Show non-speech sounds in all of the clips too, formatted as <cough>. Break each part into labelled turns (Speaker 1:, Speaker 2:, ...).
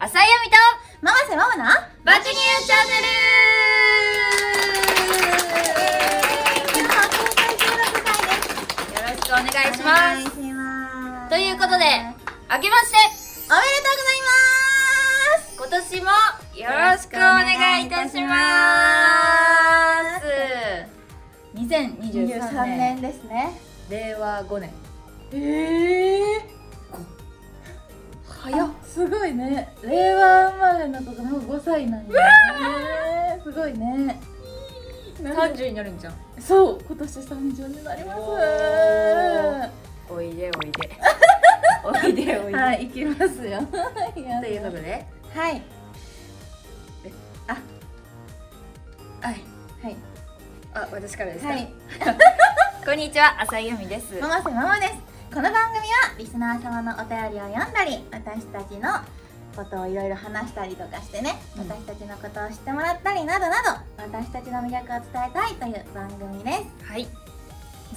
Speaker 1: 浅井亜美と
Speaker 2: ママセママな
Speaker 1: 爆乳チャンネル
Speaker 2: 今日は公開収録会です
Speaker 1: よろしくお願いします
Speaker 2: お願いしま
Speaker 1: と
Speaker 2: す
Speaker 1: いうことで
Speaker 2: おめ
Speaker 1: 明けまして
Speaker 2: で
Speaker 1: 今年もよろしくお願いいたします
Speaker 2: とうございます
Speaker 1: 2023
Speaker 2: 23
Speaker 1: 年
Speaker 2: 年ですね
Speaker 1: 令和5年
Speaker 2: ええ
Speaker 1: 早っ
Speaker 2: すごいね令和生まれの子がもう5歳なんや、ね、すごいねなんで
Speaker 1: 30になるんじゃん
Speaker 2: そう今年30になります
Speaker 1: おー
Speaker 2: は
Speaker 1: おいでおい <laughs> でおいでおいで、
Speaker 2: <laughs> い行きますよやだ
Speaker 1: ということで
Speaker 2: はい
Speaker 1: はい
Speaker 2: はい
Speaker 1: あ私からですか、
Speaker 2: はい
Speaker 1: こんにちは浅井由美です
Speaker 2: ママせママですこの番組はリスナー様のお便りを読んだり私たちのことをいろいろ話したりとかしてね、
Speaker 1: うん
Speaker 2: 私たちのことを知ってもらったりなどなど私たちの魅力を伝えたいという番組です
Speaker 1: はい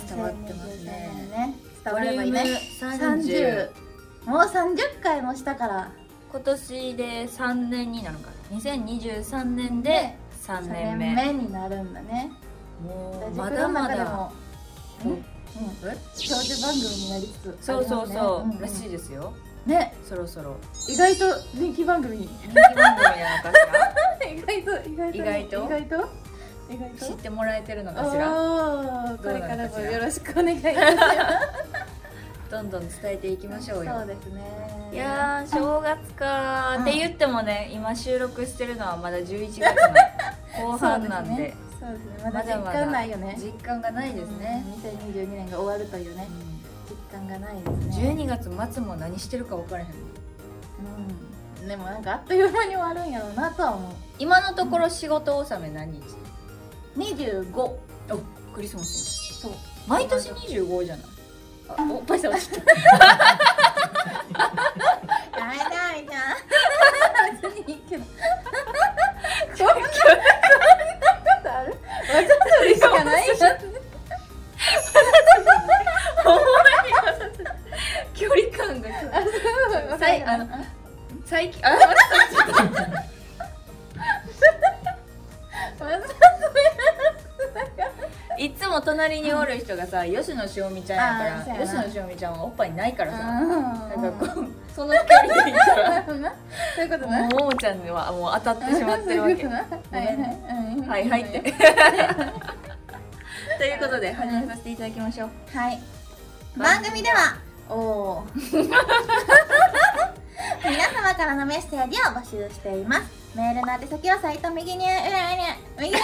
Speaker 1: 伝わってますね
Speaker 2: 2023年伝わればいいね
Speaker 1: ボリューム30
Speaker 2: 30もう30回もしたから
Speaker 1: 今年で3年になるのから2023年で3年目
Speaker 2: 3年目になるんだね
Speaker 1: も
Speaker 2: ラ
Speaker 1: う
Speaker 2: ジ
Speaker 1: ま
Speaker 2: オクロ
Speaker 1: だ
Speaker 2: の
Speaker 1: ま
Speaker 2: 中で
Speaker 1: だ
Speaker 2: も
Speaker 1: うん
Speaker 2: うん
Speaker 1: え
Speaker 2: 長寿番組になりつつあ
Speaker 1: そう
Speaker 2: りますね、
Speaker 1: そうそう、
Speaker 2: んん
Speaker 1: らしいですよ
Speaker 2: ね
Speaker 1: そろそろ
Speaker 2: 意外と人気番組
Speaker 1: 人気番組なのか
Speaker 2: <laughs> 意外と意外と
Speaker 1: 意外と
Speaker 2: 意外と意外
Speaker 1: しら知っ
Speaker 2: と
Speaker 1: てもらえてるのかしら
Speaker 2: ああこ
Speaker 1: どうな
Speaker 2: れ
Speaker 1: のかしら
Speaker 2: からもよろしくお願いしま
Speaker 1: どんどん伝えていきまし
Speaker 2: す
Speaker 1: ょうよ
Speaker 2: そうですね
Speaker 1: いやー正月かー
Speaker 2: うん
Speaker 1: って言ってもね今収録してるのはまだ11月の後半なんで
Speaker 2: <laughs> そうですねそうですねまだ実感ないよね
Speaker 1: 実感がないですね、
Speaker 2: うん2022年が終わるというね実感がないですね
Speaker 1: 12月末も何してるか分からへん
Speaker 2: うんでもなんかあっという間に終わるんやろうなとは思う
Speaker 1: 今のところ仕事納め何日
Speaker 2: 25
Speaker 1: おクリスマス
Speaker 2: そう
Speaker 1: 毎年25じゃ
Speaker 2: <laughs>
Speaker 1: ないあおっぱい触っちゃっ
Speaker 2: ダメだみたいな別にいいけど
Speaker 1: た今日
Speaker 2: あるわざとりしかないじゃん
Speaker 1: 距離感が
Speaker 2: あそう
Speaker 1: さいあの最近あ待って
Speaker 2: わざと
Speaker 1: <laughs> いつも隣におる人がさ吉野しおみちゃんや
Speaker 2: あー
Speaker 1: から
Speaker 2: そうやな
Speaker 1: 吉野しおみちゃんはおっぱいないからさ
Speaker 2: な
Speaker 1: なんかこうその距離でいったら
Speaker 2: そういうこと
Speaker 1: も
Speaker 2: な
Speaker 1: うももちゃんにはもう当たってしまってるわけ
Speaker 2: <laughs> そういうことなはいはいうん
Speaker 1: はいはいって
Speaker 2: <laughs>
Speaker 1: ということで始めさせていただきましょう
Speaker 2: はい番組ではおー
Speaker 1: <laughs>
Speaker 2: 皆様からのメッセージを募集していますメールの宛先はサイト右にうらうら右にうらうらメッセージボ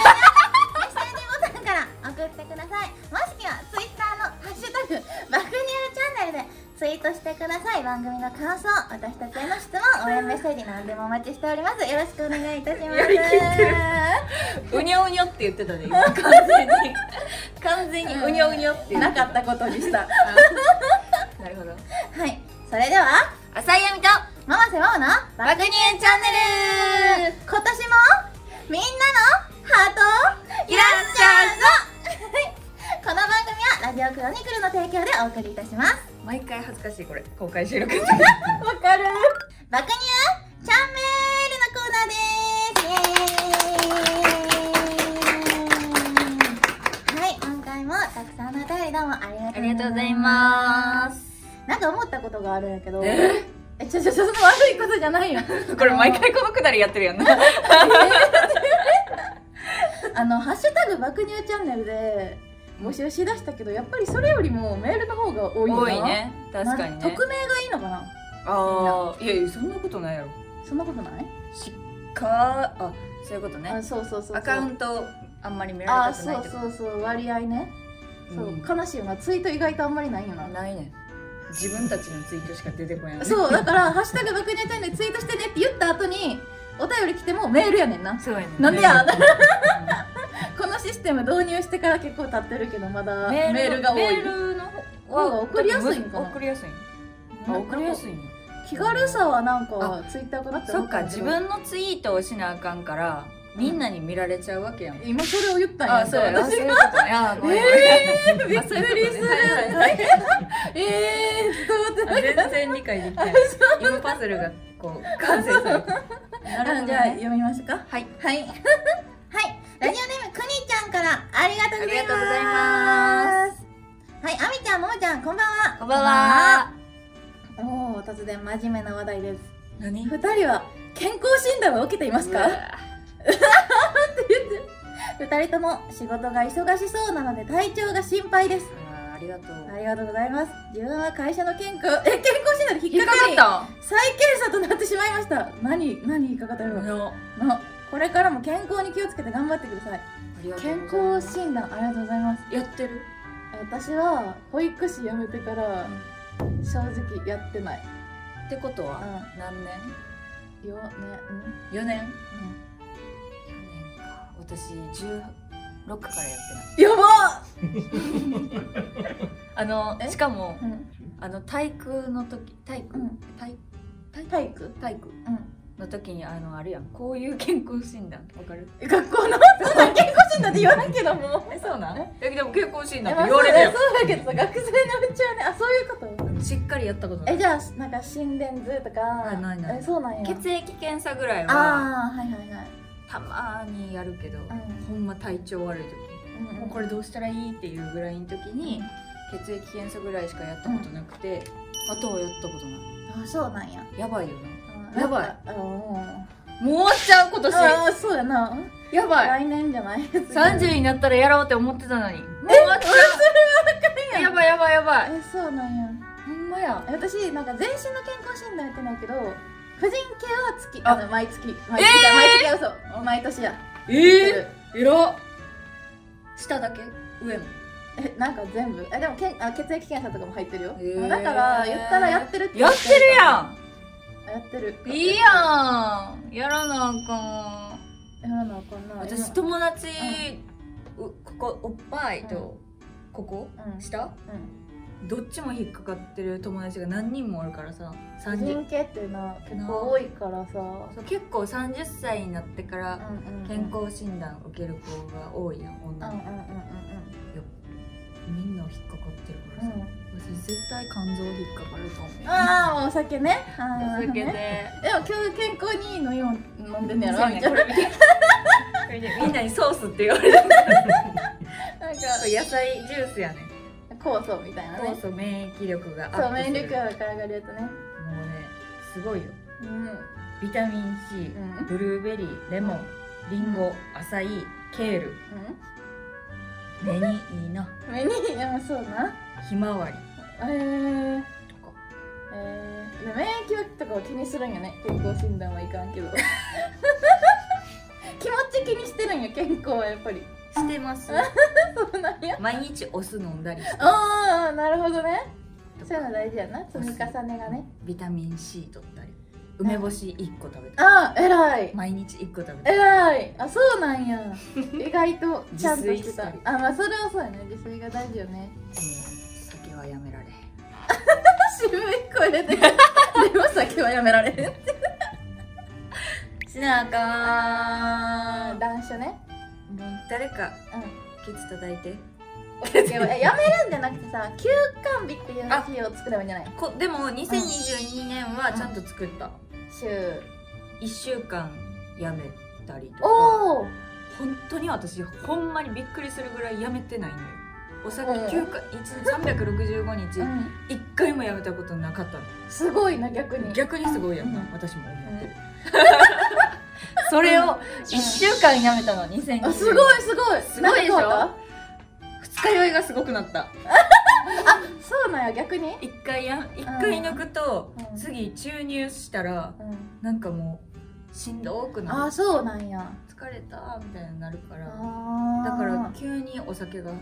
Speaker 2: タンから送ってくださいもしくはツイッターの「ハッシュタグ爆乳チャンネル」でツイートしてください番組の感想私たちへの質問応援メッセージ何でもお待ちしておりますよろしくお願いいたします
Speaker 1: やりきってるうにょうにょって言ってたね今完全に完全にうにょうにょって言
Speaker 2: な
Speaker 1: って
Speaker 2: かったことにしたは
Speaker 1: たなるほど
Speaker 2: いそれでは
Speaker 1: 浅井亜美と
Speaker 2: ママセママの
Speaker 1: 爆乳チャンネル
Speaker 2: 今年もみんなのハートをいらっしゃいぞこの番組はラジオクロニクルの提供でお送りいたします
Speaker 1: 毎回恥ずかしいこれ公開収録
Speaker 2: わかる爆乳チャンネルのコーナーですイエーイはい今回もたくさんのお便りどうもありが
Speaker 1: あ
Speaker 2: とうございます
Speaker 1: りがとうございます
Speaker 2: なんか思ったことがあるんやけど
Speaker 1: え
Speaker 2: えちょちょちょその悪いことじゃないよ
Speaker 1: これ毎回このくだりやってるやんな
Speaker 2: あの「ハッシュタグ爆乳チャンネル」で募集しだしたけどやっぱりそれよりもメールの方が多いよな
Speaker 1: 多いね確かに
Speaker 2: な
Speaker 1: ね
Speaker 2: 匿名がいいのかな
Speaker 1: ああいやいやそんなことないやろ
Speaker 2: そんなことない、
Speaker 1: しっかあそういうことね
Speaker 2: あそうそうそうそう
Speaker 1: アカウントあんまり見ら
Speaker 2: あ
Speaker 1: れたくない
Speaker 2: そ
Speaker 1: っ
Speaker 2: う
Speaker 1: てこと
Speaker 2: そうそう割合ね、
Speaker 1: うん
Speaker 2: そう悲しいよなツイート意外とあんまりないよな
Speaker 1: ないね自分たちのツイートしか出てこない
Speaker 2: そうだから「ハッシュタグ爆乳チャンネル」ツイートしてねって言った後にお便り来てもメールやねんな
Speaker 1: そうやね
Speaker 2: なんでや
Speaker 1: メ
Speaker 2: <laughs> このシステム導入してから結構経ってるけどまだメ
Speaker 1: ール
Speaker 2: ールが多い
Speaker 1: メールの方は
Speaker 2: 方が送りやすいんかな
Speaker 1: 送りやすいん
Speaker 2: な
Speaker 1: あ
Speaker 2: んか
Speaker 1: 送りやすいんや
Speaker 2: 気軽さはなんか
Speaker 1: あ
Speaker 2: ツイッターかなって
Speaker 1: そ
Speaker 2: 思
Speaker 1: っ
Speaker 2: った
Speaker 1: か
Speaker 2: んだけ
Speaker 1: 自
Speaker 2: ど
Speaker 1: 分のツイートをしなあかんからみんなに見られちゃうわけやん
Speaker 2: 今それを言ったんや
Speaker 1: あそうやあそう
Speaker 2: 私
Speaker 1: いうことねあごめんごめん
Speaker 2: びっくりする
Speaker 1: あそういうことねはいはいはい
Speaker 2: えー、伝わってない
Speaker 1: 全然理解できない今パズルがこう完成されてるなるほど、ね、
Speaker 2: じゃあ読みましょうか
Speaker 1: はい
Speaker 2: はいはいラジオネームくにちゃんからありがとうございます
Speaker 1: ありがとうございます
Speaker 2: はいあみちゃんももちゃんこんばんは
Speaker 1: こんばんは
Speaker 2: こんばんはおお突然真面目な話題です
Speaker 1: 何
Speaker 2: 二人は健康診断は受けていますか二人とも仕事が忙しそうなので体調が心配です
Speaker 1: ありがとう
Speaker 2: ありがとうございます自分は会社の健康え健康診断で
Speaker 1: 引
Speaker 2: 引
Speaker 1: っ
Speaker 2: っ
Speaker 1: か
Speaker 2: か
Speaker 1: か
Speaker 2: かり
Speaker 1: った
Speaker 2: 再検査となってしまいました何何引っかかったの、の
Speaker 1: の
Speaker 2: これからも健康に気をつけて頑張ってください健康診断ありがとうございます
Speaker 1: やってる
Speaker 2: 私は保育士辞めてから正直やってない
Speaker 1: ってことは、
Speaker 2: う
Speaker 1: 何年
Speaker 2: んよねうん
Speaker 1: 4年4年か私16からやってない
Speaker 2: やば
Speaker 1: あの
Speaker 2: え
Speaker 1: しかも
Speaker 2: っ、
Speaker 1: あの体育の時体育、
Speaker 2: うん
Speaker 1: 体体
Speaker 2: 体育
Speaker 1: 体育
Speaker 2: うん
Speaker 1: の時にあのあるやんこういう健康診断わかる
Speaker 2: 学校のそんな健康診断って言わんけども <laughs>
Speaker 1: えそうなんえでも健康診
Speaker 2: え
Speaker 1: 断っ
Speaker 2: まあ
Speaker 1: て言われるやん
Speaker 2: そうだそうだけどさ学生のうちはねあそういうこと
Speaker 1: しっかりやったことない
Speaker 2: えじゃあなんか心電図とか
Speaker 1: あないない
Speaker 2: えそうなんや
Speaker 1: 血液検査ぐらいは
Speaker 2: ああはいはいはい
Speaker 1: たまーにやるけど、
Speaker 2: ん
Speaker 1: ほんま体調悪い時、
Speaker 2: うんうん
Speaker 1: もうこれどうしたらいいっていうぐらいの時に血液検査ぐらいしかやったことなくて、あとはやったことない
Speaker 2: あそうなんや
Speaker 1: やばいよな
Speaker 2: あ
Speaker 1: やばい
Speaker 2: なんかうん
Speaker 1: もう終わっちゃう今
Speaker 2: ああそうやな
Speaker 1: 年やばい
Speaker 2: 来年じゃない
Speaker 1: 30になったらやろうって思ってたのにもう終わっちゃうやばいやばいやばい
Speaker 2: えそうなんや
Speaker 1: ほんまや
Speaker 2: 私なんか全身の健康診断やってないけど婦人系は月
Speaker 1: あ
Speaker 2: あの毎月毎月、
Speaker 1: えー
Speaker 2: 毎月はそう毎年や
Speaker 1: えええらっ下だけ上も
Speaker 2: えなんか全部えでもけんあ血液検査とかも入ってるよ、
Speaker 1: へー
Speaker 2: だから言ったらやってるって
Speaker 1: やってるや
Speaker 2: んやってる
Speaker 1: んいいやんやらなあかん
Speaker 2: やらなあかんな
Speaker 1: 私
Speaker 2: と
Speaker 1: 友達、うここおっぱいと、ここ
Speaker 2: うん
Speaker 1: 下
Speaker 2: うん
Speaker 1: どっちも引っかかってる友達が何人もおるからさ
Speaker 2: 婦人
Speaker 1: 30
Speaker 2: 系っていうのは結構多いからさ
Speaker 1: そう結構30歳になってか
Speaker 2: う
Speaker 1: ら
Speaker 2: んうんうん
Speaker 1: 健康診断受ける子が多いやん
Speaker 2: うんう
Speaker 1: 女
Speaker 2: んうん
Speaker 1: の子、みんな引っかかってるから
Speaker 2: うん
Speaker 1: さ、
Speaker 2: うん
Speaker 1: 私絶対肝臓引っかかると思う
Speaker 2: ああお酒ねあー
Speaker 1: 続けて、
Speaker 2: ねでも今日健康にいいのよ飲んでんねやろ
Speaker 1: そう
Speaker 2: み
Speaker 1: ね
Speaker 2: たい
Speaker 1: こ
Speaker 2: な
Speaker 1: れ見てこれねみんなにソースって言われる
Speaker 2: なんか
Speaker 1: 野菜ジュースやね
Speaker 2: 酵素みたいな
Speaker 1: 酵
Speaker 2: ね
Speaker 1: 素免疫力がア
Speaker 2: そう
Speaker 1: ップす
Speaker 2: 免
Speaker 1: る
Speaker 2: 疫力が上がるやつね
Speaker 1: もうねすごいよ
Speaker 2: うん
Speaker 1: ビタミン C、
Speaker 2: うん
Speaker 1: ブルーベリーレモンリンゴアサイケール目にいいな
Speaker 2: うん目にいやそうな
Speaker 1: ひまわり
Speaker 2: えー、
Speaker 1: とか
Speaker 2: えー、で免疫力とかを気にするんよね健康診断はいかんけ <laughs> ど気持ち気にしてるんよ健康はやっぱり
Speaker 1: してます
Speaker 2: <laughs> そうなんや
Speaker 1: 毎日お酢飲んだりして
Speaker 2: ああなるほどね
Speaker 1: と
Speaker 2: そういう
Speaker 1: か
Speaker 2: の大事やな積み重ねがね
Speaker 1: ビタミン C 取ったり梅干し1個食べたり
Speaker 2: ああ偉い
Speaker 1: 毎日1個食べたり
Speaker 2: えらいあそうな
Speaker 1: <laughs>
Speaker 2: んや意外とちゃんと
Speaker 1: 自
Speaker 2: し
Speaker 1: 炊
Speaker 2: て
Speaker 1: した
Speaker 2: た
Speaker 1: り
Speaker 2: あまあそれはそうやね自炊が大事よね
Speaker 1: うん酒はやめられへん
Speaker 2: 渋い声 <laughs> ででも酒はやめられへん
Speaker 1: しなあか
Speaker 2: 断酒ね
Speaker 1: んもう誰か
Speaker 2: うん
Speaker 1: ケツ叩いて
Speaker 2: お酒はえやめるんじゃなくてさ休館日っていう日を作ればいいんじゃない
Speaker 1: こでも2022年は
Speaker 2: うん
Speaker 1: ちゃんと作った、
Speaker 2: 週
Speaker 1: 1週間やめたりとか
Speaker 2: おお
Speaker 1: 本当に私ほんまにびっくりするぐらいやめてないのよお酒
Speaker 2: うん
Speaker 1: 9回1 365日
Speaker 2: うん
Speaker 1: 一回もやめたことなかった
Speaker 2: すごいな逆に
Speaker 1: の逆にすごいやんな、
Speaker 2: うん
Speaker 1: 私も思 <laughs> ってる、
Speaker 2: それを
Speaker 1: 一間やめたの2020
Speaker 2: あすごいすごい
Speaker 1: すごいでしょ
Speaker 2: なんか
Speaker 1: 二日酔いがすごくなった
Speaker 2: 変わったそうなんや逆に
Speaker 1: 一回や一回抜くと、
Speaker 2: うん
Speaker 1: 次注入したら
Speaker 2: うん
Speaker 1: なんかもうしんどく
Speaker 2: あ
Speaker 1: な
Speaker 2: あそうなんや
Speaker 1: る疲れたみたいになるから
Speaker 2: あー
Speaker 1: だから急にお酒が減っ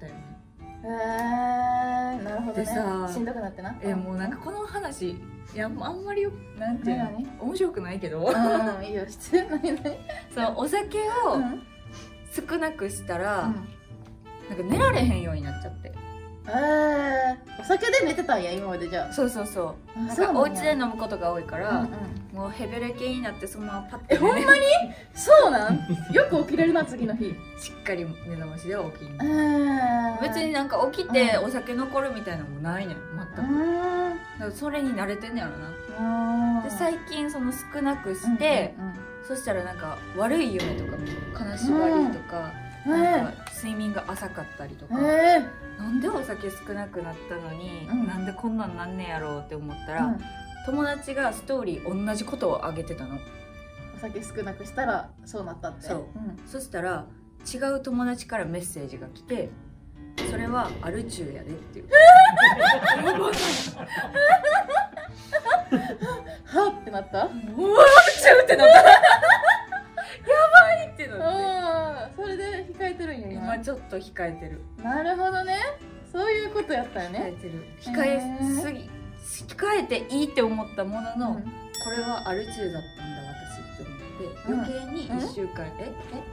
Speaker 1: たよね
Speaker 2: へえなるほど
Speaker 1: でさ
Speaker 2: ねしんどくなってな
Speaker 1: えもうなんかこの話いやあんまりよなんていうの
Speaker 2: 何
Speaker 1: 面白くないけど
Speaker 2: うん、いいよ、失礼。何々。
Speaker 1: <laughs> そのお酒
Speaker 2: う
Speaker 1: を
Speaker 2: ん。
Speaker 1: 少なくしたら、
Speaker 2: うん
Speaker 1: なんか寝られへんようになっちゃって
Speaker 2: えー、お酒で寝てたんや、今までじゃ
Speaker 1: そうそうそう
Speaker 2: あ。
Speaker 1: なんかお
Speaker 2: なん
Speaker 1: 家
Speaker 2: や
Speaker 1: で飲むことが多いか
Speaker 2: うんう
Speaker 1: ら、
Speaker 2: ん。
Speaker 1: もうヘベレ系になってそのままパッて寝
Speaker 2: え、ほ
Speaker 1: れ
Speaker 2: ん
Speaker 1: る
Speaker 2: まにそうなんよく起きれるな、次の日。う
Speaker 1: しっかり目覚ましで起きん
Speaker 2: ーん。
Speaker 1: 別になんか起きて
Speaker 2: う
Speaker 1: お酒残るみたいなのもないねん
Speaker 2: う
Speaker 1: 全く
Speaker 2: ーん。
Speaker 1: からそれに慣れてんねやろな
Speaker 2: あ
Speaker 1: で
Speaker 2: ー
Speaker 1: 最近その少なくして、
Speaker 2: うんうん
Speaker 1: そしたらなんか悪い夢とかも金縛りとか、
Speaker 2: うん
Speaker 1: なんか睡眠が浅かったりと
Speaker 2: え
Speaker 1: か、
Speaker 2: ー、え
Speaker 1: なんでお酒少なくなったのに、
Speaker 2: うん
Speaker 1: なんでこんなんなんねやろうって思った
Speaker 2: ー
Speaker 1: ら、友達がストーリー同じことをあげてたの
Speaker 2: お酒少なくしたらそうなったって
Speaker 1: そうそしたら違う友達からメッセージが来てそれはアル中やでっていうやばい
Speaker 2: はっってなった
Speaker 1: うわアル中ってなった <laughs> やばいってなって
Speaker 2: ああそれで控えてるんよ
Speaker 1: 今
Speaker 2: 今
Speaker 1: ちょっと控えてる
Speaker 2: なるほどねそういうことやったよ
Speaker 1: 控え
Speaker 2: ね
Speaker 1: てる控えすぎ控えていいって思ったもの
Speaker 2: う
Speaker 1: の、
Speaker 2: ん
Speaker 1: これはアル中だったんだ私って思って余計に
Speaker 2: うん
Speaker 1: 1週間、え
Speaker 2: え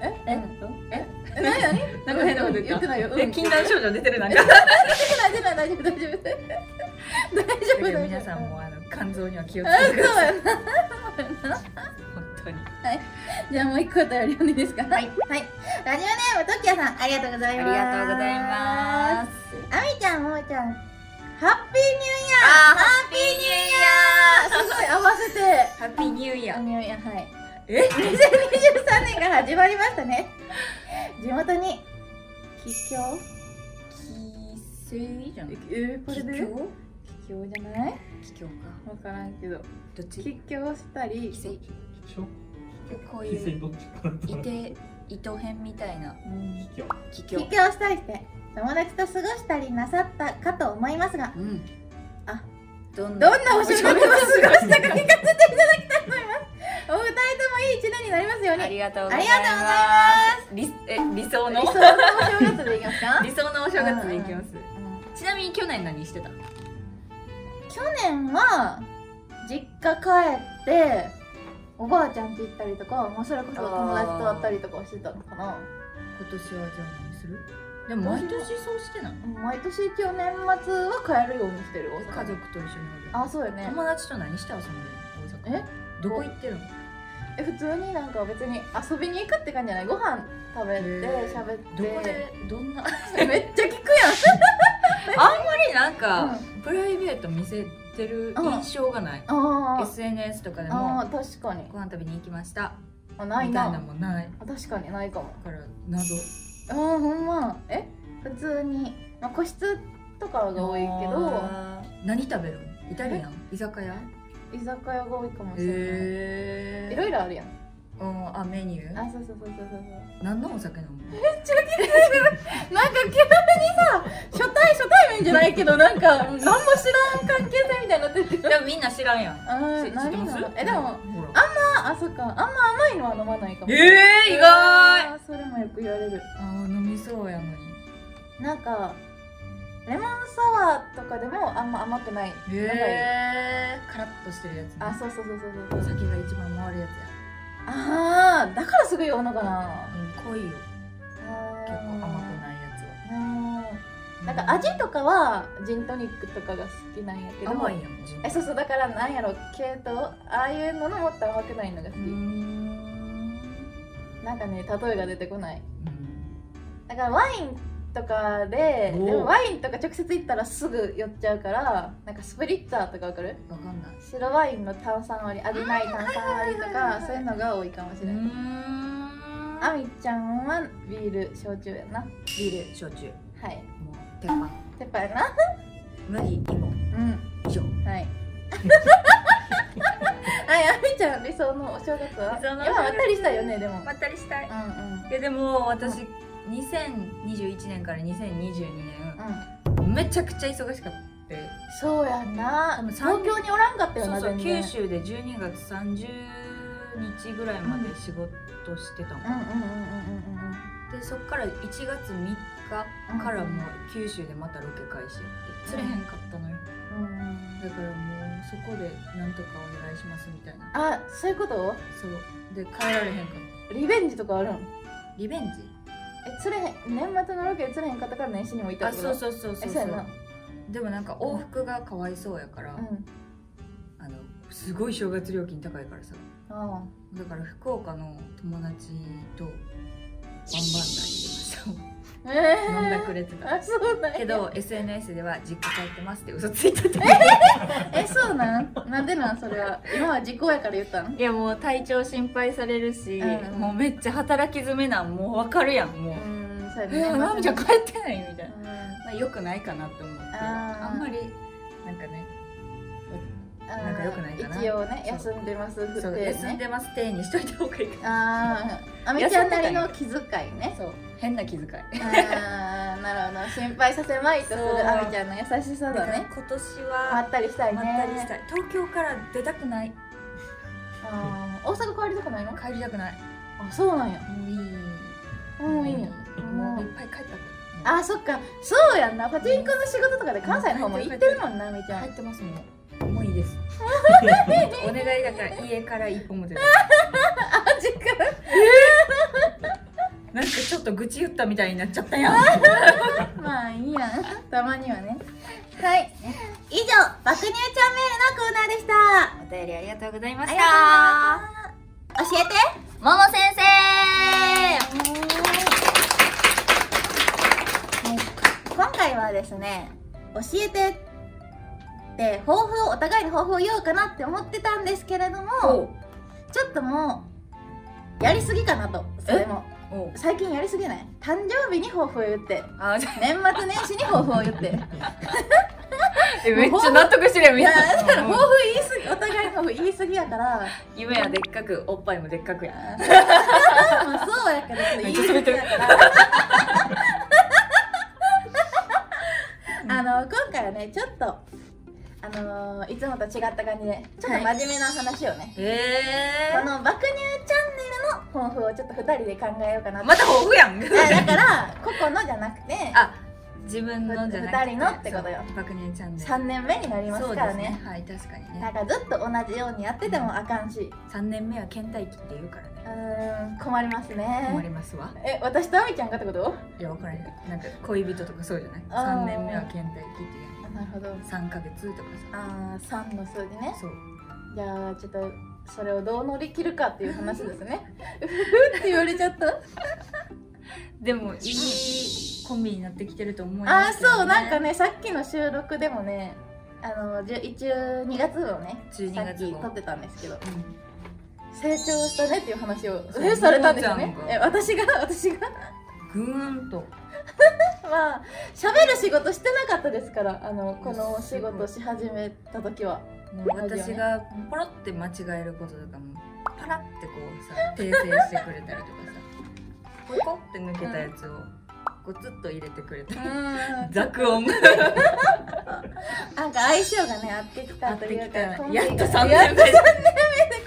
Speaker 1: ええ、
Speaker 2: うん
Speaker 1: うん
Speaker 2: え何何
Speaker 1: なんか変なこと言った
Speaker 2: 言ってないようん
Speaker 1: え禁断症状出てるなん <laughs> か
Speaker 2: 出てない大丈夫大丈夫大丈夫大丈夫
Speaker 1: 皆さんもあの肝臓には気をつ
Speaker 2: あそ
Speaker 1: けてく
Speaker 2: う
Speaker 1: ださい
Speaker 2: やな
Speaker 1: <laughs> 本当に
Speaker 2: じゃあもう一個お便り読んでいいですか
Speaker 1: はい、
Speaker 2: ラジオネームトキヤさんありがとうござ
Speaker 1: あ
Speaker 2: い
Speaker 1: り
Speaker 2: ます
Speaker 1: がとうございます
Speaker 2: すあみちゃんもーちゃんハッピーニューイ
Speaker 1: あハッピーニューイ
Speaker 2: ヤーすごい合わせて
Speaker 1: ヤーハッピーニューイヤー
Speaker 2: ニューイヤーはい
Speaker 1: え
Speaker 2: 2023年が始まりましたね地元に帰郷
Speaker 1: 気性じゃん
Speaker 2: え
Speaker 1: 気境
Speaker 2: 帰郷じゃない
Speaker 1: 気境か
Speaker 2: わからんけど
Speaker 1: どっち
Speaker 2: 帰郷したり
Speaker 1: 気性
Speaker 3: ちょ
Speaker 1: こう
Speaker 3: 規
Speaker 1: い
Speaker 3: 制
Speaker 1: う
Speaker 3: どっちかなと
Speaker 1: いて糸編みたいな
Speaker 3: <laughs>
Speaker 2: うん
Speaker 3: 卑怯
Speaker 1: 気境
Speaker 2: 帰郷したりして友達と過ごしたりなさったかと思いますが
Speaker 1: うん
Speaker 2: あ
Speaker 1: どん
Speaker 2: どんなお正月を過ごしたか聞かせていただきたいと思いますお二人ともいい一年になりますように
Speaker 1: <laughs> ありがとうござ
Speaker 2: あ
Speaker 1: いま
Speaker 2: り
Speaker 1: す
Speaker 2: がとうございます
Speaker 1: 理え理想の
Speaker 2: 理想のお正月でいきます
Speaker 1: <laughs>
Speaker 2: か
Speaker 1: 理想のお正月でいきます
Speaker 2: うん
Speaker 1: ちなみに去年何してた
Speaker 2: 去年は実家帰っておばあちゃんち行ったりとかもうそれこそ友達と会ったりとかしてたのかな
Speaker 1: 今年はじゃあ何するで
Speaker 2: も
Speaker 1: も
Speaker 2: 毎
Speaker 1: 毎
Speaker 2: 年
Speaker 1: 年そうしてない
Speaker 2: うん毎年一応年末は帰るようにしてる大阪
Speaker 1: 家
Speaker 2: に
Speaker 1: 族と一緒におる
Speaker 2: あそうよね
Speaker 1: 友達と何して遊んでるの大阪
Speaker 2: え
Speaker 1: どこ行ってるの
Speaker 2: え普通になんか別に遊びに行くって感じじゃないご飯食べて
Speaker 1: へー
Speaker 2: 喋っ
Speaker 1: どこ
Speaker 2: て
Speaker 1: でどんな
Speaker 2: <laughs> めっちゃ聞く
Speaker 1: なん
Speaker 2: やん、
Speaker 1: かプライベート見せてる印象がない
Speaker 2: あー
Speaker 1: SNS とかで
Speaker 2: あ
Speaker 1: も
Speaker 2: ー確かに
Speaker 1: ご飯食べに行きました
Speaker 2: あ
Speaker 1: みた
Speaker 2: ないい
Speaker 1: な
Speaker 2: な
Speaker 1: もんない
Speaker 2: あ確かにないかも
Speaker 1: だから謎
Speaker 2: あーほんまえ普通に、まあ、個室とかが多いけど
Speaker 1: あー何食べるのイタリアン居酒屋
Speaker 2: 居酒屋が多いかもしれない、
Speaker 1: へ
Speaker 2: いろいろあるやん。
Speaker 1: うんあメニュー
Speaker 2: あ、そうそうそうそうそう。
Speaker 1: 何のお酒飲む
Speaker 2: なんか急にさ、初対初対面じゃないけど、なんか、何も知らん関係性みたいになってるけど。
Speaker 1: でもみんな知らんやん
Speaker 2: あー、何なのえ、でも、あ、あ、そっか、あんま甘いのは飲まないか
Speaker 1: え
Speaker 2: も。
Speaker 1: ー、意外あ
Speaker 2: あーそれもよく言われる。
Speaker 1: ー飲みそうやのに
Speaker 2: なんか、レモンサワーとかでもあんま甘くない。
Speaker 1: へえカラッとしてるやつ、ね、
Speaker 2: あ、そうそうそうそうそう。
Speaker 1: 酒が一番回るやつや、
Speaker 2: あー、だからすぐ言うのかな。
Speaker 1: うん、濃いよ
Speaker 2: あ
Speaker 1: 結構甘くないやつ
Speaker 2: ー
Speaker 1: は
Speaker 2: あーなんか味とかはジントニックとかが好きなんやけど
Speaker 1: 甘いやん自
Speaker 2: えそうそうだからなんやろ系統ああいうののもっと甘くないのが好き、
Speaker 1: 分
Speaker 2: なんかね例えが出てこない
Speaker 1: うん
Speaker 2: だからワインとかでで
Speaker 1: おう
Speaker 2: もワインとか直接行ったらすぐ酔っちゃうからなんかスプリッツァーとかわかる
Speaker 1: わかんない
Speaker 2: 白ワインの炭酸割り味ない炭酸割りと
Speaker 1: はいはいはいは
Speaker 2: か
Speaker 1: い
Speaker 2: そういうのが多いかもしれない
Speaker 1: ん
Speaker 2: あみちゃんはビール焼酎やな
Speaker 1: ビール焼酎
Speaker 2: はい
Speaker 1: もう鉄板
Speaker 2: 鉄板やな
Speaker 1: 麦芋
Speaker 2: うん
Speaker 1: 以上
Speaker 2: はい
Speaker 1: <laughs>
Speaker 2: はいあみちゃん理想のお正月は
Speaker 1: 理想のお正月
Speaker 2: 今まったりしたよねでも、
Speaker 1: まったりしたい
Speaker 2: うんうん
Speaker 1: いやでも私2021年から2022
Speaker 2: うん
Speaker 1: 年めちゃくちゃ忙しかった
Speaker 2: そうやんな
Speaker 1: 多分
Speaker 2: 東京におらんかったよ
Speaker 1: そ
Speaker 2: な
Speaker 1: うそう
Speaker 2: 全
Speaker 1: 九
Speaker 2: 然
Speaker 1: 州で12月30日ぐらいまで仕事してたの、
Speaker 2: うんうんうんうん
Speaker 1: でそっから1月3日からもう九州でまたロケ開始やって釣れへんかったのよ
Speaker 2: うんうんうん
Speaker 1: だからもうそこでなんとかお願いしますみたいな
Speaker 2: あそういうこと
Speaker 1: そうで帰られへんかっ
Speaker 2: リベンジとかあるん
Speaker 1: たリベンジ
Speaker 2: え釣れへん年末のロケで釣れへんかったから年始にもいた
Speaker 1: あ
Speaker 2: ってこ
Speaker 1: そう
Speaker 2: と
Speaker 1: そうそうそう
Speaker 2: え
Speaker 1: そ
Speaker 2: そううやな
Speaker 1: でもなんか往復がかわいそうやから、
Speaker 2: うん
Speaker 1: あのすごい正月料金高いからさ
Speaker 2: あ
Speaker 1: <laughs> だから福岡の友達とバンバン泣いてました
Speaker 2: えー
Speaker 1: 飲んだくれてた
Speaker 2: あそうなんや
Speaker 1: けど SNS では実家帰ってますって嘘ついてて
Speaker 2: えそうなんなんでなんそれは今は時効やから言ったの
Speaker 1: いやもう体調心配されるし、
Speaker 2: うんうん
Speaker 1: もうめっちゃ働き詰めなんもうわかるやんもう
Speaker 2: う、んそうや
Speaker 1: えー、
Speaker 2: ね
Speaker 1: まみちゃん帰ってないみたいな、
Speaker 2: う
Speaker 1: まあ、よくないかなって思って
Speaker 2: あー
Speaker 1: あんまりなんかね
Speaker 2: ん
Speaker 1: なんか良くないかな
Speaker 2: 一応ね
Speaker 1: そ
Speaker 2: 休んでます振って
Speaker 1: そう休ん
Speaker 2: ね
Speaker 1: でます体にしといた方がいいか
Speaker 2: あああめちゃんなりの気遣いね
Speaker 1: な <laughs> そう変な気遣い
Speaker 2: あーなるほど心配させまいとする
Speaker 1: そう
Speaker 2: あみちゃんの優しさだね
Speaker 1: 今年
Speaker 2: ま
Speaker 1: は
Speaker 2: ったりしたいね
Speaker 1: まったりしたい東京から出たくない
Speaker 2: あー大阪帰りとかないの
Speaker 1: 帰りたくない
Speaker 2: あそうなんや
Speaker 1: もういい
Speaker 2: もういいんや
Speaker 1: もういっぱい帰ったから
Speaker 2: あそっかそうやんなパチンコの仕事とかで関西の方も行ってるもんなみちゃん
Speaker 1: 入ってますもんもういいです
Speaker 2: <laughs>
Speaker 1: お願いだから家から一歩も出ない
Speaker 2: マジか
Speaker 1: なんかちょっと愚痴言ったみたいになっちゃったやん
Speaker 2: まあいいやん <laughs> たまにはねはい以上爆乳ちゃんメールのコーナーでした
Speaker 1: お便りありがとうございま
Speaker 2: あ
Speaker 1: し
Speaker 2: り
Speaker 1: た
Speaker 2: がとうございます教えて
Speaker 1: もも先生
Speaker 2: はい今回はですね教えてって抱負をお互いの抱負を言おうかなって思ってたんですけれども
Speaker 1: お
Speaker 2: ちょっともうやりすぎかなとそれも
Speaker 1: お
Speaker 2: 最近やりすぎない誕生日に抱負を言って
Speaker 1: あじゃ
Speaker 2: 年末年始に抱負を言って
Speaker 1: あめっちゃ納得してるやん
Speaker 2: い
Speaker 1: みん
Speaker 2: や
Speaker 1: な
Speaker 2: だから
Speaker 1: も
Speaker 2: 抱
Speaker 1: う
Speaker 2: 負言いすぎお互いの抱負言いすぎやから
Speaker 1: <laughs> 夢はでっかくおっぱいもでっかくやん
Speaker 2: まあそうやけどちょっと言い過
Speaker 1: めっ
Speaker 2: ぎ
Speaker 1: ちゃ
Speaker 2: だから。あの今回はねちょっとあのーいつもと違った感じでちょっと真面目な話をね、
Speaker 1: え
Speaker 2: この爆乳チャンネルの抱負をちょっと2人で考えようか
Speaker 1: <laughs>
Speaker 2: な
Speaker 1: また抱負やん
Speaker 2: いやだから個々のじゃなくて
Speaker 1: あ自分のじゃなくて
Speaker 2: 二人のってことよ
Speaker 1: そう爆乳チャンネル
Speaker 2: 3年目になりますか
Speaker 1: そ
Speaker 2: らね
Speaker 1: うですはい確かに
Speaker 2: だ
Speaker 1: ね
Speaker 2: からずっと同じようにやっててもあかんしう
Speaker 1: 三年目は倦怠期って言うからね
Speaker 2: ーん困ります
Speaker 1: 困
Speaker 2: ね
Speaker 1: りますわ
Speaker 2: え私とあみちゃんがってこと
Speaker 1: いやわからへんなんか恋人とかそうじゃない
Speaker 2: あー
Speaker 1: 三年目は倦怠期って言う
Speaker 2: あなるほど
Speaker 1: の三ヶ月とかさ
Speaker 2: あー3の数字ね
Speaker 1: そう
Speaker 2: じゃあちょっとそれをどう乗り切るかっていう話ですね。 <laughs> うふふって言われちゃった。
Speaker 1: でもいいコンビになってきてると思い
Speaker 2: あ
Speaker 1: ま
Speaker 2: あ
Speaker 1: すけど
Speaker 2: そうなんかねさっきの収録でもねあのじゅ一応2月をね
Speaker 1: 12
Speaker 2: さっき
Speaker 1: 月号
Speaker 2: 撮ってたんですけど
Speaker 1: うん
Speaker 2: 成長したねっていう話を
Speaker 1: そう
Speaker 2: されたんですよね
Speaker 1: も。もちゃんが
Speaker 2: え私が <laughs> 私が
Speaker 1: ぐーんと
Speaker 2: まあ喋る仕事してなかったですからあのこのお仕
Speaker 1: すごい
Speaker 2: 事し始めた時は。
Speaker 1: もう私がポロって間違えることとかもパラってこうさ訂正してくれ
Speaker 2: <laughs>
Speaker 1: たりとかさポコって抜けたやつをゴツッと入れてくれたり
Speaker 2: なんか
Speaker 1: ザク音
Speaker 2: 相性がね合ってきたと
Speaker 1: って
Speaker 2: い
Speaker 1: き
Speaker 2: うか
Speaker 1: た
Speaker 2: コンビ
Speaker 1: やっと
Speaker 2: が
Speaker 1: 3
Speaker 2: や
Speaker 1: 年
Speaker 2: っ
Speaker 1: 目
Speaker 2: と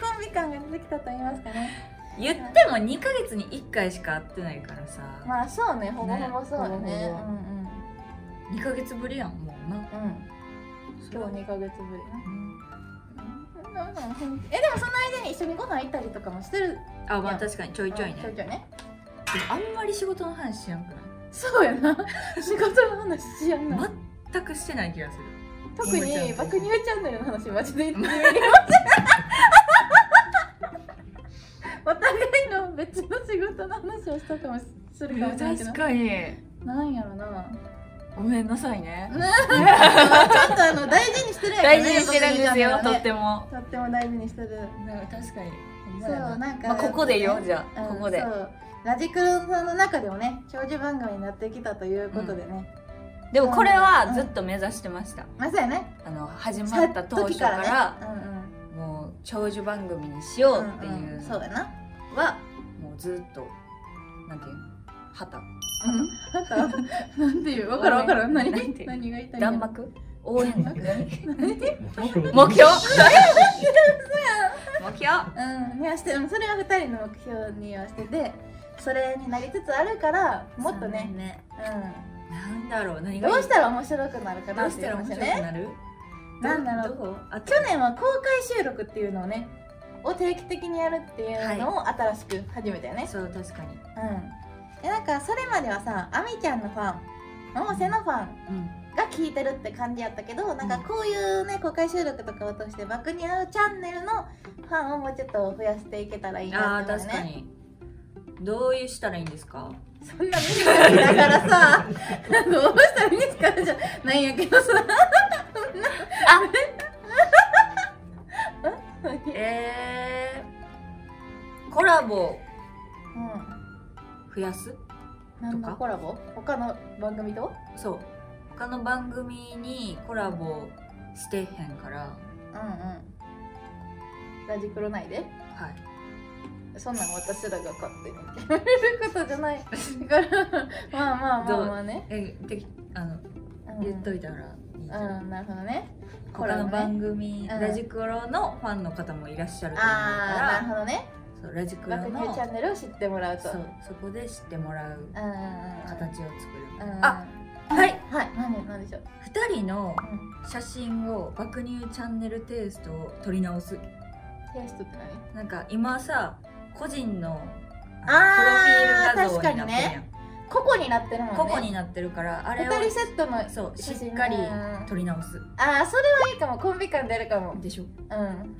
Speaker 2: コンビ感が出てきたと言いますかね。
Speaker 1: 言っても2ヶ月に1回しか会ってないからさ、
Speaker 2: まあそうねほぼほぼそうだね
Speaker 1: ね
Speaker 2: うん
Speaker 1: 2ヶ月ぶりやんもうな
Speaker 2: うんうん今日
Speaker 1: ね
Speaker 2: 2ヶ月ぶりえでもその間に一緒にご飯行ったりとかもしてる
Speaker 1: あまあ確かにちょいちょいね
Speaker 2: ちょいちょいね
Speaker 1: でもあんまり仕事の話しやんく
Speaker 2: そうやな <laughs> 仕事の話しやんな、
Speaker 1: ない全くしてない気がする
Speaker 2: 特に爆乳チャンネルの話マジで言ってみりませんお互いの別の仕事の話をしたかもしするかもしれないけど
Speaker 1: かに
Speaker 2: なんや
Speaker 1: <laughs>
Speaker 2: ろな
Speaker 1: ごめんなさいね
Speaker 2: ちょっとあの大事にしてるやん
Speaker 1: <laughs> 大事にしてるんですよとってても
Speaker 2: とっても大事にしてる
Speaker 1: 確かに
Speaker 2: そうなんか、
Speaker 1: まあ、ここでよじゃあ、
Speaker 2: うん
Speaker 1: ここで
Speaker 2: そうラジクロさんの中でもね長寿番組になってきたということでね、
Speaker 1: でもこれはずっと目指してました、
Speaker 2: まさやね
Speaker 1: あの始まった当初から
Speaker 2: ねうん
Speaker 1: もう長寿番組にしよ
Speaker 2: う
Speaker 1: うんってい
Speaker 2: んん
Speaker 1: う
Speaker 2: そうやな
Speaker 1: のはもうずっとなんていうの旗
Speaker 2: あと <laughs> なんていうわからんわからん何が
Speaker 1: なんていう
Speaker 2: 何が言いたい
Speaker 1: 弾
Speaker 2: の
Speaker 1: 幕応 <laughs> 援団目
Speaker 3: 目
Speaker 1: 標目標
Speaker 2: うんいやしてでもそれは二人の目標にはしててそれになりつつあるからもっとね、
Speaker 1: なんだろう
Speaker 2: う
Speaker 1: 何
Speaker 2: ん、
Speaker 1: が
Speaker 2: どうしたら面白くなるか
Speaker 1: ど
Speaker 2: な
Speaker 1: う
Speaker 2: っ
Speaker 1: してた
Speaker 2: いう
Speaker 1: ら面
Speaker 2: 話
Speaker 1: 白く
Speaker 2: ね
Speaker 1: なる
Speaker 2: なんだろう
Speaker 1: どうあ
Speaker 2: 去年は公開収録っていうのをねを定期的にやるっていうのを新しく始めたよね、
Speaker 1: そう確かに
Speaker 2: うんでなんかそれまではさあみちゃんのファン百瀬のファン
Speaker 1: うん
Speaker 2: が聞いてるって感じやったけどなんかこういうね公開収録とかを通して「爆乳チャンネル」のファンをもうちょっと増やしていけたらいいな
Speaker 1: あ
Speaker 2: っ
Speaker 1: あ
Speaker 2: て思う
Speaker 1: 確か
Speaker 2: ね
Speaker 1: にどういうしたらいいんですか
Speaker 2: そんな見つかりながらさ、なんか応募したら見つかるじゃないんやけど <laughs> さ。あうん
Speaker 1: えー、コラボ増やす
Speaker 2: 何のコラボ他の番組と
Speaker 1: そう他の番組にコラボしてへんから
Speaker 2: うんうんラジクロ内で
Speaker 1: はい
Speaker 2: そんなん私らが勝手に決めることじ
Speaker 1: <laughs>
Speaker 2: ゃないからまあまあまあまあね、
Speaker 1: えであの
Speaker 2: うん、
Speaker 1: 言っといたらいいじゃん、
Speaker 2: うんなるほどねコ
Speaker 1: 他
Speaker 2: ラボ
Speaker 1: の
Speaker 2: ね
Speaker 1: 番組、
Speaker 2: うん
Speaker 1: ラジクロのファンの方もいらっしゃると思うか
Speaker 2: ああなる
Speaker 1: ら
Speaker 2: ほどね
Speaker 1: そうラジクロ
Speaker 2: 爆乳
Speaker 1: の
Speaker 2: チャンネルを知ってもらうと
Speaker 1: そううそこで知ってもらうん
Speaker 2: うんうん
Speaker 1: 形を作る、
Speaker 2: うん
Speaker 1: あはい
Speaker 2: はい何何でしょう、
Speaker 1: 2人の
Speaker 2: うん、
Speaker 1: 写真を爆乳チャンネルテイストを撮り直す
Speaker 2: テイストって何
Speaker 1: なんか今さ個人の
Speaker 2: あー
Speaker 1: あのプロフィール画像になってるやん、
Speaker 2: 個々になってるもんね
Speaker 1: 個々になってるからあれを
Speaker 2: 二人セットの
Speaker 1: そうし
Speaker 2: 写真
Speaker 1: っかり
Speaker 2: うん
Speaker 1: 撮り直す
Speaker 2: ああそれはいいかもコンビ感出るかも
Speaker 1: でしょ
Speaker 2: うん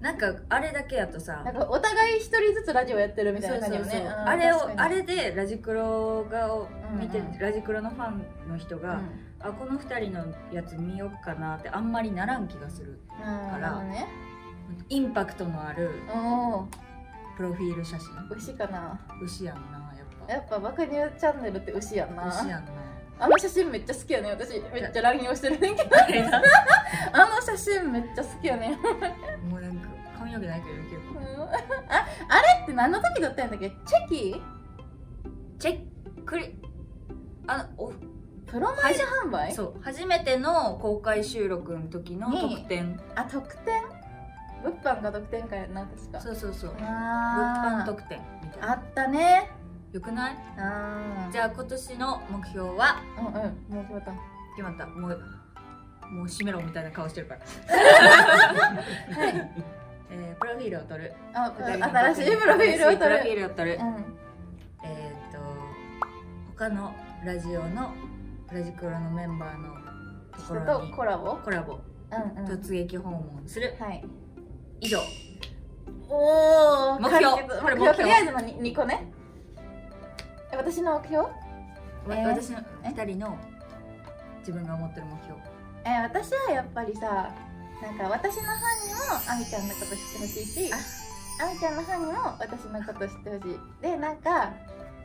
Speaker 1: なんかあれだけやとさ
Speaker 2: なんかお互い一人ずつラジオやってるみたいな感じよね
Speaker 1: そうそうそうんあれ
Speaker 2: 確かに
Speaker 1: をあれでラジクロがを見て、
Speaker 2: うんうん
Speaker 1: ラジクロのファンの人
Speaker 2: う
Speaker 1: が、
Speaker 2: ん
Speaker 1: あこの2人のやつ見よっかなってあんまりならん気がする
Speaker 2: うん
Speaker 1: ら
Speaker 2: なるほどね
Speaker 1: インパクトのある
Speaker 2: お
Speaker 1: プロフィール写真
Speaker 2: お牛かな
Speaker 1: 牛やんなやっぱ
Speaker 2: やっぱ爆乳チャンネルって牛やんな
Speaker 1: 牛やんな
Speaker 2: あの写真めっちゃ好きやね私めっちゃ乱用してるねんけど <laughs> あの写真めっちゃ好きやねん <laughs> うん
Speaker 1: もうなんか髪の毛ないけど結構
Speaker 2: ああれって何の時撮ったんだっけチェキ
Speaker 1: チェックリあのお
Speaker 2: プロマイズ販売
Speaker 1: そう初めての公開収録の時の
Speaker 2: ねえ
Speaker 1: 特典、
Speaker 2: あ特典物販が特典会やんな確か
Speaker 1: そうそうそう物
Speaker 2: あ
Speaker 1: 販
Speaker 2: ー
Speaker 1: 特典みたい
Speaker 2: あ
Speaker 1: な
Speaker 2: ったね
Speaker 1: よくない
Speaker 2: あー
Speaker 1: じゃあ今年の目標は
Speaker 2: うんうんもう決まった
Speaker 1: 決まったもうもう閉めろみたいな顔してるから、
Speaker 2: はい
Speaker 1: <laughs> えープロフィールを取る
Speaker 2: あ新しいプロフィールを
Speaker 1: プロフィ
Speaker 2: 取
Speaker 1: ー
Speaker 2: る
Speaker 1: ルを取る、
Speaker 2: うん
Speaker 1: えーっと他のラジオのラジクロのメンバーのとこ
Speaker 2: 人
Speaker 1: ろ
Speaker 2: と
Speaker 1: に
Speaker 2: コラボ
Speaker 1: コラボ
Speaker 2: うんうん
Speaker 1: 突撃訪問する、
Speaker 2: はい
Speaker 1: 以上
Speaker 2: おお
Speaker 1: 目標これ目標
Speaker 2: とりあえずのに二個ねえ私の目標
Speaker 1: わ
Speaker 2: えー
Speaker 1: 私の2人の自分が思ってる目標
Speaker 2: え私はやっぱりさなんか私のファンにもあみちゃんのこと知ってほしいしあみちゃんのファンにも私のこと知ってほしいでなんか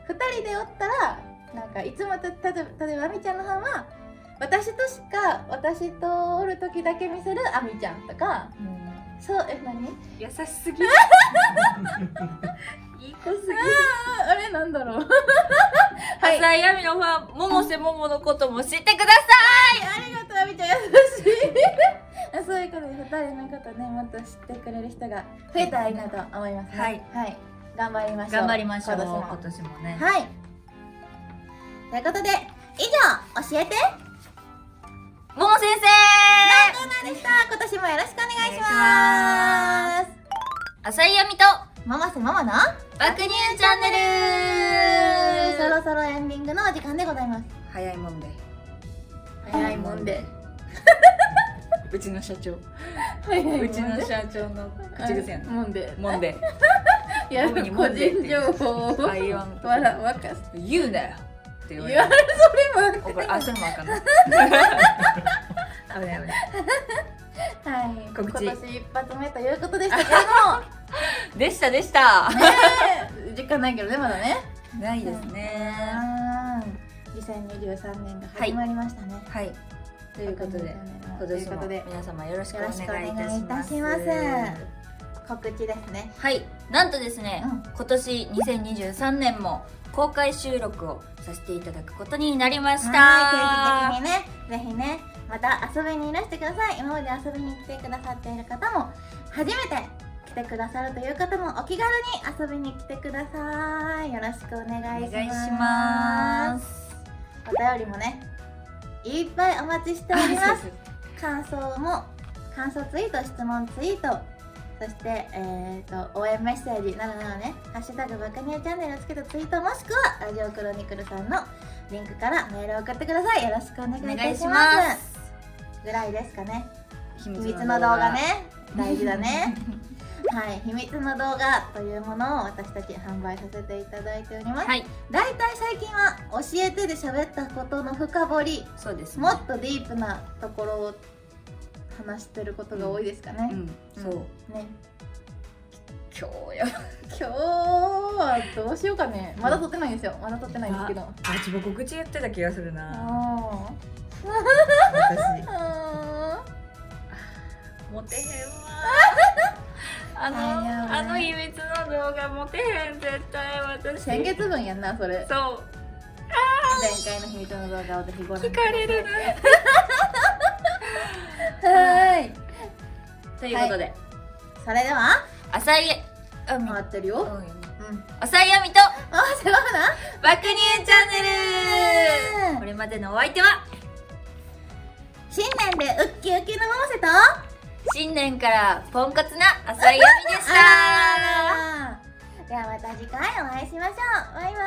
Speaker 2: 2人でおったらなんかいつもとたと例えばあみちゃんのファンは私としか私とおる時だけ見せるあみちゃんとかそうえ何
Speaker 1: 優しす
Speaker 2: <laughs>
Speaker 1: ぎるいい子すぎる
Speaker 2: ああれなんだ <laughs> ろうはい
Speaker 1: 浅井亜美のファン百瀬桃のことも知ってくださ
Speaker 2: ありがとう、あみちゃん、優しい。そういうことで、二人のことね、もっと知ってくれる人が増えたらいいなと思います、ね。
Speaker 1: はい、
Speaker 2: 頑張りまし
Speaker 1: い
Speaker 2: ょ。
Speaker 1: う頑張りましょう
Speaker 2: 今
Speaker 1: 今
Speaker 2: 年
Speaker 1: 年
Speaker 2: も
Speaker 1: もね、
Speaker 2: はい。ということで、以上、教えて。
Speaker 1: 桃先
Speaker 2: の
Speaker 1: 生
Speaker 2: コーナーでした。今年もよろしくお願いします。
Speaker 1: 浅井亜美と
Speaker 2: ママせママの
Speaker 1: 爆乳チャンネル
Speaker 2: そろそろエンディングのお時間でございます。
Speaker 1: 早いもんで
Speaker 2: 早いもんで
Speaker 1: うちの社長
Speaker 2: 早いもんで
Speaker 1: うちの社長の口癖やな
Speaker 2: もんで。
Speaker 1: もんで
Speaker 2: いや、
Speaker 1: もんに
Speaker 2: 個
Speaker 1: もんで
Speaker 2: 人情報を。
Speaker 1: 会話のとこ
Speaker 2: わら、わかす。
Speaker 1: 言うなよって言
Speaker 2: 言
Speaker 1: わ
Speaker 2: わ
Speaker 1: れ
Speaker 2: れ
Speaker 1: る
Speaker 2: るそれも。
Speaker 1: これあそれもあか <laughs> んない危ない危ない
Speaker 2: はい、
Speaker 1: 告知
Speaker 2: 今年一発目ということでしたけれ
Speaker 1: <laughs>
Speaker 2: ど
Speaker 1: でしたでした
Speaker 2: も、ねえ、時間ないけどね、まだね。
Speaker 1: ないですね
Speaker 2: うん、2023年が始まりましたね。
Speaker 1: はいということで今
Speaker 2: とい
Speaker 1: 年
Speaker 2: うこ
Speaker 1: も
Speaker 2: とで、
Speaker 1: 皆様よろしくお
Speaker 2: よろしくお
Speaker 1: 願いいた
Speaker 2: 願い
Speaker 1: し
Speaker 2: い
Speaker 1: ま
Speaker 2: た
Speaker 1: す
Speaker 2: します。告知ですね。
Speaker 1: はいなんとですね、
Speaker 2: うん
Speaker 1: 今年2023年も公開収録をさせていただくことになりました
Speaker 2: はい、定期的にね、ぜひね、また遊びにいらしてください。今まで遊びに来てくださっている方も、初めて来てくださるという方も、お気軽に遊びに来てください。よろしくお願い
Speaker 1: お
Speaker 2: します。
Speaker 1: 願いします
Speaker 2: お便りもねいっぱいお待ちしております感想も感想ツイート質問ツイートそして、えー、と応援メッセージなどなどね「ハッシュタグバカニアチャンネル」をつけたツイートもしくはラジオクロニクルさんのリンクからメールを送ってくださいよろしくお願いい
Speaker 1: お
Speaker 2: たし
Speaker 1: 願い
Speaker 2: ます
Speaker 1: します
Speaker 2: ぐらいですかね
Speaker 1: 秘
Speaker 2: 秘密の動画ね大事だねはい、秘密の動画というものを私たち販売させていただいております。
Speaker 1: はい
Speaker 2: だいたい最近は教えてで喋ったことの深掘り、
Speaker 1: そうです
Speaker 2: もっとディープなところを話してることが多いですか
Speaker 1: う
Speaker 2: ね。
Speaker 1: んそう
Speaker 2: ね、
Speaker 1: 今日や
Speaker 2: 今日はどうしようかね。まだ撮ってないんですよ。まだ撮ってないんですけど。あ
Speaker 1: あ自分口言ってた気がするな
Speaker 2: あ
Speaker 1: 私
Speaker 2: ー。あー
Speaker 1: モテへん <laughs> わあ
Speaker 2: あいや
Speaker 1: のあの秘密の動画モテへん絶対私
Speaker 2: <laughs> 先月分やんな、それ。
Speaker 1: そう
Speaker 2: 前回の秘密の動画をぜひご覧
Speaker 1: 聞
Speaker 2: く
Speaker 1: か
Speaker 2: ださ
Speaker 1: れ
Speaker 2: い。
Speaker 1: るな
Speaker 2: はーい。
Speaker 1: ということで
Speaker 2: それでは、
Speaker 1: 浅井あみ
Speaker 2: 回ってるよ。うん。
Speaker 1: 浅井亜美と
Speaker 2: あ、すごいな。
Speaker 1: 爆乳チャンネルこれまでのお相手は
Speaker 2: 新年でウッキウキの百瀬と
Speaker 1: 新年からポンコツな浅井亜美でした
Speaker 2: あーではまた次回お会いしましょうバイバ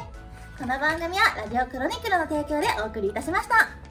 Speaker 2: ーイこの番組はラジオクロニクルの提供でお送りいたしました